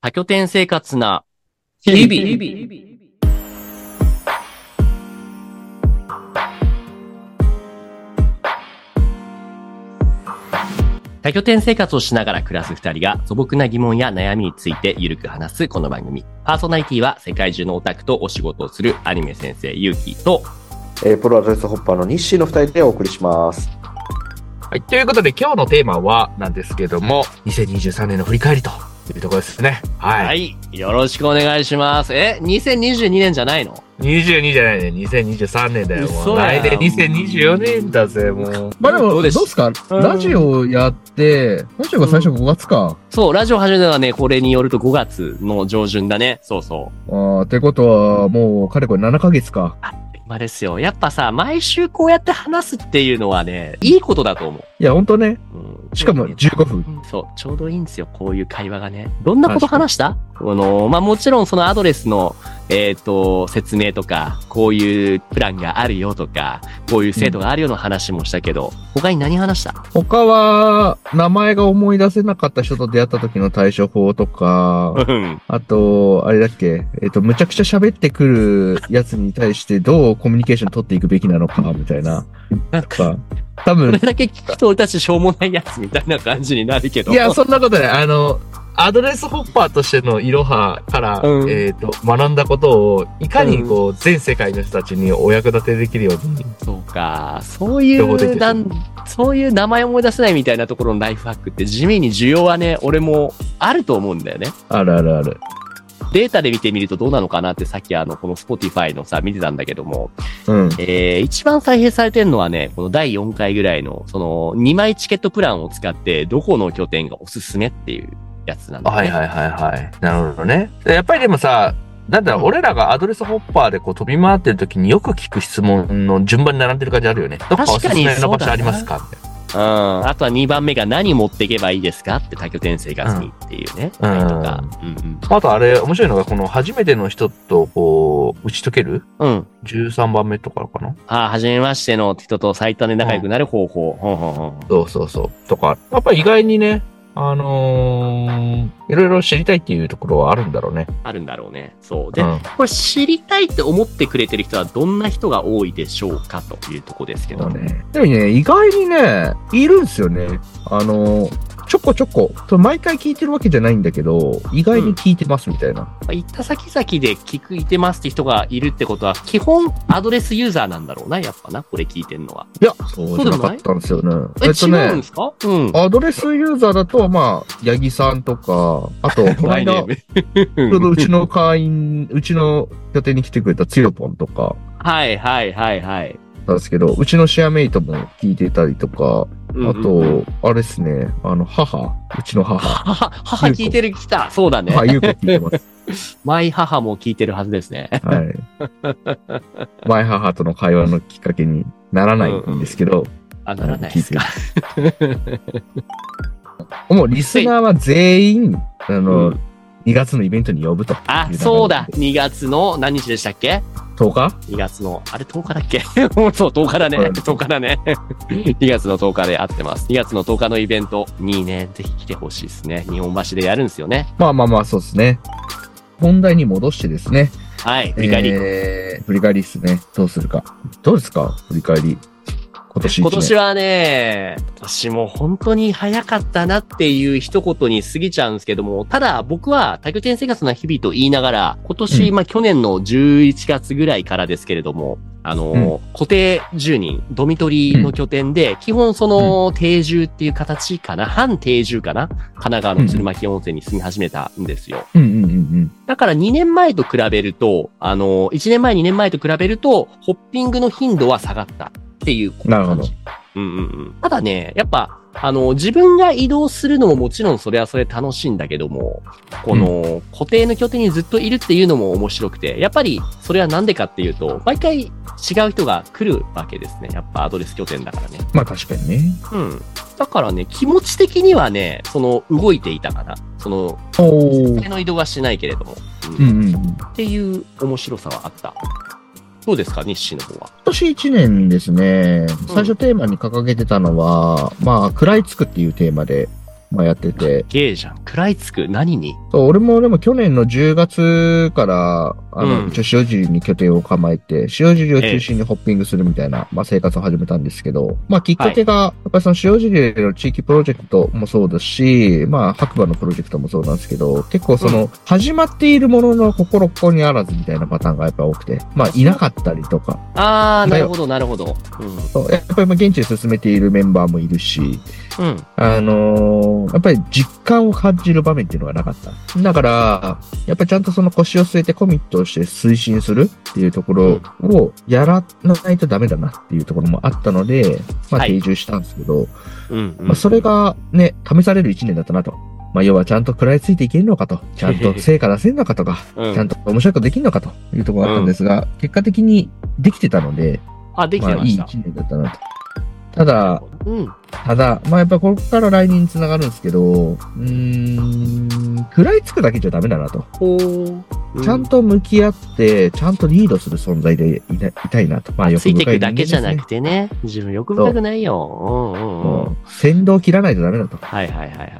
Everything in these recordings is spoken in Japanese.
多拠点生活 な日々多拠点生活をしながら暮らす二人が素朴な疑問や悩みについてゆるく話すこの番組。パーソナリティは世界中のオタクとお仕事をするアニメ先生ゆうきと、えープロアドレスホッパーの日誌の2人でお送りします。はい、ということで今日のテーマはなんですけども、2023年の振り返りというところですね。はい。はい、よろしくお願いします。え、2022年じゃないの22じゃないね、2023年だよ。も嘘うや来年2024年だぜ、もう。まあでも、どどううでですすかうんラジオやって、ラジオが最初5月か。そう、ラジオ始めたのはね、これによると5月の上旬だね。そうそう。ああ、ってことは、もう、かれこれ7ヶ月か。今ですよ。やっぱさ、毎週こうやって話すっていうのはね、いいことだと思う。いや、ほんとね。うんしかも15分。そう、ちょうどいいんですよ、こういう会話がね。どんなこと話したあの、まあ、もちろんそのアドレスの、えっ、と、説明とか、こういうプランがあるよとか、こういう制度があるよの話もしたけど、他に何話した他は、名前が思い出せなかった人と出会った時の対処法とか、うん。あと、あれだっけ、えっ、と、むちゃくちゃ喋ってくるやつに対してどうコミュニケーション取っていくべきなのか、みたいな。なんか、か多これ分、だけ聞くと俺たちしょうもないやつみたいな感じになるけど。いや、そんなことない。あの、アドレスホッパーとしてのイロハから、うんえっ、と、学んだことを、いかにこう、全世界の人たちにお役立てできるように、そうか。そうい両方できう、るなん、そういう名前思い出せないみたいなところのライフハックって地味に需要はね、俺もあると思うんだよね。あるあるある。データで見てみるとどうなのかなってさっきあの、この Spotify のさ、見てたんだけども、うん。えー、一番再編されてるのはね、この第4回ぐらいの、その、2枚チケットプランを使って、どこの拠点がおすすめっていうやつなんだ、ね。はいはいはいはい。なるほどね。でやっぱりでもさ、なんだろう、俺らがアドレスホッパーでこう飛び回ってる時によく聞く質問の順番に並んでる感じあるよね。どっかおすすめの場所ありますかみたいうん。あとは2番目が何持っていけばいいですかって多拠点生活にっていうね。うんはいとか。うんなあとあれ、面白いのが、この初めての人とこう、打ち解けるうん。うん。 13番目とかかなああ、はじめましての人と最短で仲良くなる方法。ほんほんほんそうそうそう。とか、やっぱり意外にね、あのーいろいろ知りたいっていうところはあるんだろうね。あるんだろうね。そう。うで、ん。これ知りたいって思ってくれてる人はどんな人が多いでしょうかというとこですけどそうね。ね。でもね、意外にね、いるんですよね。あの、ちょこちょこ、それ毎回聞いてるわけじゃないんだけど、意外に聞いてますみたいな。まあ行った先々で聞く、いてますって人がいるってことは、基本アドレスユーザーなんだろうな、やっぱな、これ聞いてんのは。いや、そうじゃなかったんですよね。え、っ違とうんねで、すかうん。アドレスユーザーだと、まあ、八木さんとか、あ と、このマイネ間、ーちムょうどうちの会員、うちの拠点に来てくれたつよぽんとか、はいはいはいはい。なんですけど、うちのシェアメイトも聞いてたりとか、あうんうんうん、と、あれですね、あの、母、うちの母、母、母聞いてる、来た。そう だね。母、ゆうこ聞いてます。マイ母も聞いてるはずですね。はい。前母との会話のきっかけにならないんですけど、あ、ならないですか。もうリスナーは全員、あの、うん2月のイベントに呼ぶと。あ、そうだ。2月の何日でしたっけ10日 ?2 月の、あれ10日だっけ そう、10日だね。うん10日だね。2月の10日で会ってます。2月の10日のイベントにね、ぜひ来てほしいですね。日本橋でやるんですよね。まあまあまあ、そうですね。本題に戻してですね。はい、振り返り。えー振り返りですね。どうするか。どうですか振り返り。今年一今年。年はね、私も本当に早かったなっていう一言に過ぎちゃうんですけども、ただ僕は多拠点生活の日々と言いながら、今年、うまあ去年の11月ぐらいからですけれども、あの、うん固定住人、ドミトリーの拠点で、基本その定住っていう形かな、半定住かな神奈川の鶴巻温泉に住み始めたんですよ。うんうんうんうん。だから2年前と比べると、あの、1年前、2年前と比べると、ホッピングの頻度は下がったっていう感じ。なるほど。うんうんうん。ただね、やっぱ、あの、自分が移動するのももちろんそれはそれ楽しいんだけども、この、固定の拠点にずっといるっていうのも面白くて、やっぱりそれはなんでかっていうと、毎回違う人が来るわけですね。やっぱアドレス拠点だからね。まあ確かにね。うん。だからね、気持ち的にはね、その、動いていたかな。その、お固ー定。の移動はしないけれども。うんうんうん。今っていう面白さはあった。どうですか、日誌の方は。年一年ですね、最初テーマに掲げてたのは、まあ、食らいつくっていうテーマでまあ、やってて、ゲーじゃん。食らいつく。何にそう俺も、でも去年の10月から、あの、うん一応塩尻に拠点を構えて、塩尻を中心にホッピングするみたいな、まあ、生活を始めたんですけど、まあ、きっかけが、やっぱりその塩尻での地域プロジェクトもそうですし、まあ、白馬のプロジェクトもそうなんですけど、結構その、始まっているものの心ここにあらずみたいなパターンがやっぱ多くて、まあ、いなかったりとか、あー、なるほど、なるほど。うそうやっぱりまあ現地で進めているメンバーもいるし、ん。うん。あのーやっぱり実感を感じる場面っていうのがなかった。だから、やっぱりちゃんとその腰を据えてコミットをして推進するっていうところをやらないとダメだなっていうところもあったので、まあはい定住したんですけど、うん、うんまあそれがね、試される一年だったなと。まあ要はちゃんと食らいついていけるのかと、ちゃんと成果出せるのかとか、 うんちゃんと面白いことできるのかというところがあったんですが、結果的にできてたので、あ、できてまあまいいし一た。年だったなと。ただ、うん。ただ、まあ、やっぱここから来年につながるんですけど、うーん、食らいつくだけじゃダメだなと。ほーうちゃんと向き合って、ちゃんとリードする存在でいないたいなと。まあ、ついてくだけじゃななくくてね。自分欲深くないよ。うんうんうん。先導を切らないとダメだと。だはいはいはいはいはい。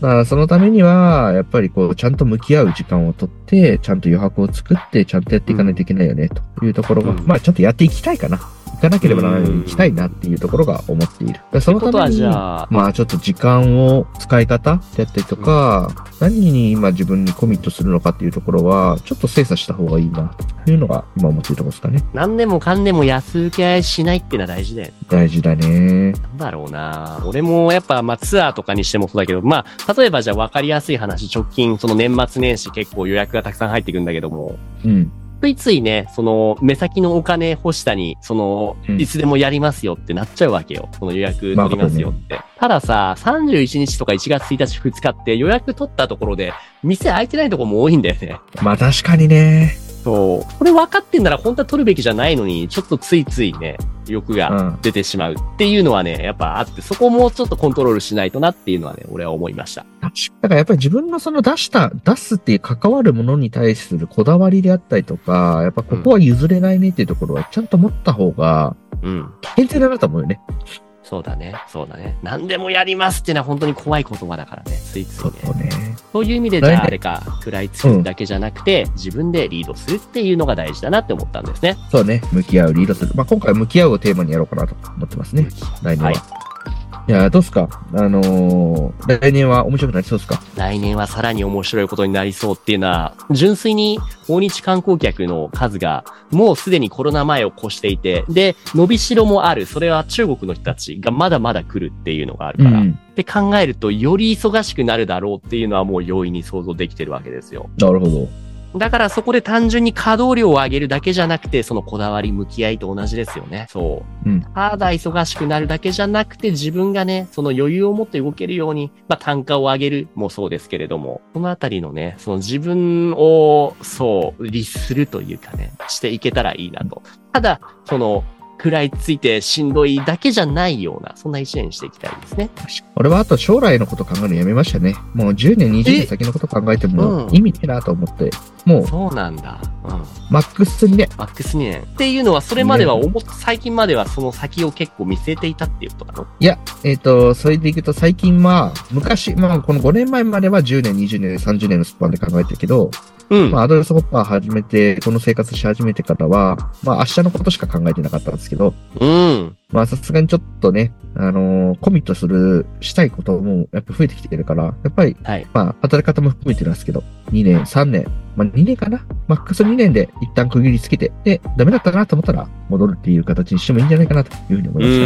からそのためには、やっぱりこう、ちゃんと向き合う時間をとって、ちゃんと余白を作って、ちゃんとやっていかないといけないよね、というところが、うんまあ、ちゃんとやっていきたいかな。行かなければならないのに行きたいなっていうところが思っている。だからそというのこたとめはにじ、ゃあ、まあちょっと時間を使い方であったりとか、何に今自分にコミットするのかっていうところは、ちょっと精査した方がいいな、というのが今思っているところですかね。何でもかんでも安請け合いしないってのは大事だよね。大事だね。なんだろうな俺もやっぱ、まあ、ツアーとかにしてもそうだけど、まあ、例えばじゃあ分かりやすい話、直近、その年末年始結構予約がたくさん入ってくるんだけども、うん。ついついね、その、目先のお金欲しさに、その、うんいつでもやりますよってなっちゃうわけよ。その予約取りますよって。たださ、31日とか1月1日2日って予約取ったところで、店開いてないとこも多いんだよね。まあ確かにね。そう。これ分かってんなら本当は取るべきじゃないのに、ちょっとついついね、欲うがん。出てしまうっていうのはね、やっぱあって、そこをもうちょっとコントロールしないとなっていうのはね、俺は思いました。だからやっぱり自分のその出した、出すっていう関わるものに対するこだわりであったりとか、やっぱここは譲れないねっていうところはちゃんと持った方が、うん。健全だなと思うよね。そうだね。そうだね。何でもやりますってのは本当に怖い言葉だからね。ついついそうね。ね。そういう意味で、じゃあ来年あれか、食らいつくだけじゃなくて、自分でリードするっていうのが大事だなって思ったんですね。そうね。向き合う、リードする。まあ今回は向き合うをテーマにやろうかなと思ってますね。来年は。はいい、や、どうっすかあのー来年は面白くなりそうですか来年はさらに面白いことになりそうっていうのは、純粋に訪日観光客の数がもうすでにコロナ前を越していて、で、伸びしろもある。それは中国の人たちがまだまだ来るっていうのがあるから。っ。て考えると、より忙しくなるだろうっていうのはもう容易に想像できてるわけですよ。なるほど。だからそこで単純に稼働量を上げるだけじゃなくて、そのこだわり向き合いと同じですよね。そう。うんただ忙しくなるだけじゃなくて、自分がね、その余裕を持って動けるように、まあ単価を上げるもそうですけれども、そのあたりのね、その自分を、そう、律するというかね、していけたらいいなと。ただ、その、食らいついてしんどいだけじゃないような、そんな一年にしていきたいですね。俺はあと将来のこと考えるのやめましたね。もう10年、20年先のこと考えてもうん意味ねえなと思って、もうそうなんだ。うん。マックスにね、マックス2年。っていうのは、それまでは思っ、最近まではその先を結構見据えていたっていうことなのえっ、と、それでいくと最近は、昔、まあこの5年前までは10年、20年、30年のスパンで考えてるけど、うんまあアドレスホッパー始めて、この生活し始めてからは、まあ明日のことしか考えてなかったんですけど、うん。まあさすがにちょっとね、あのーコミットする、したいこともやっぱ増えてきてるから、やっぱり、はいまあ働き方も含めてなんですけど、2年、3年、まあ2年かなマックス2年で一旦区切りつけて、で、ダメだったなと思ったら戻るっていう形にしてもいいんじゃないかなというふうに思いました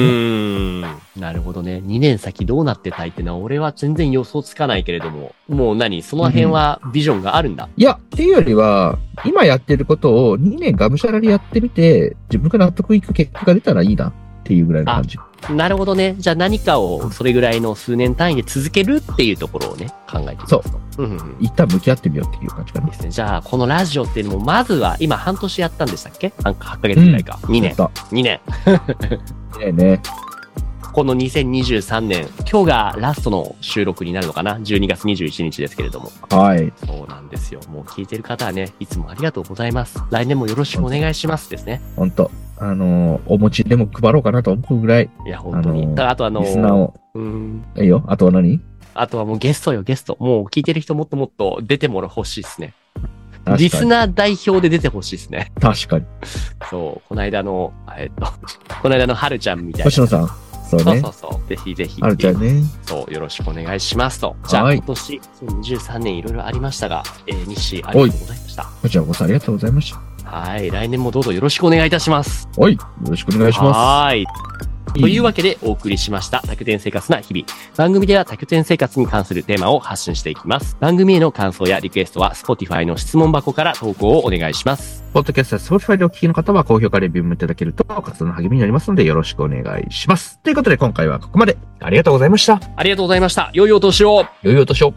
ね。ん。なるほどね。2年先どうなってたいってのは、俺は全然予想つかないけれども、もう何その辺はビジョンがあるんだ。いや、っていうよりは、今やってることを2年がむしゃらにやってみて、自分が納得いく結果が出たらいいなっていうぐらいの感じ。なるほどね。じゃあ何かをそれぐらいの数年単位で続けるっていうところをね、考えていきますと。うんうんうん。一旦向き合ってみようっていう感じかなで。すね。じゃあ、このラジオっていうのも、まずは、今半年やったんでしたっけなんか8ヶ月ぐらいか。2年。やっ2年。た。ねえね。この2023年、今日がラストの収録になるのかな ?12 月21日ですけれども。はい。そうなんですよ。もう聞いてる方はね、いつもありがとうございます。来年もよろしくお願いしますですね。ほんと。あのーお餅でも配ろうかなと思うぐらい、いや、本当に。あのーただあとあのリスナーを。うん。いいよ。あとは何あとはもうゲストよ、ゲスト。もう聞いてる人もっともっと出てもらほしいですね。リスナー代表で出てほしいですね。確かに。そう、この間の、えっと、 この間の春ちゃんみたいな。星野さん。そうそうねそう。そう、ぜひぜひ。あるちゃんね。そう、よろしくお願いしますと。じゃあ、はい今年2023年いろいろありましたが、えー、西ありがとうございました。こちらこそありがとうございました。はい、来年もどうぞよろしくお願いいたします。はい。よろしくお願いしまはーい。す。というわけでお送りしました、多拠点生活な日々。番組では多拠点生活に関するテーマを発信していきます。番組への感想やリクエストは Spotify の質問箱から投稿をお願いします。ポッドキャストや Spotify でお聞きの方は高評価レビューもいただけると活動の励みになりますのでよろしくお願いします。ということで今回はここまでありがとうございました。ありがとうございました。良いお年を良いお年を。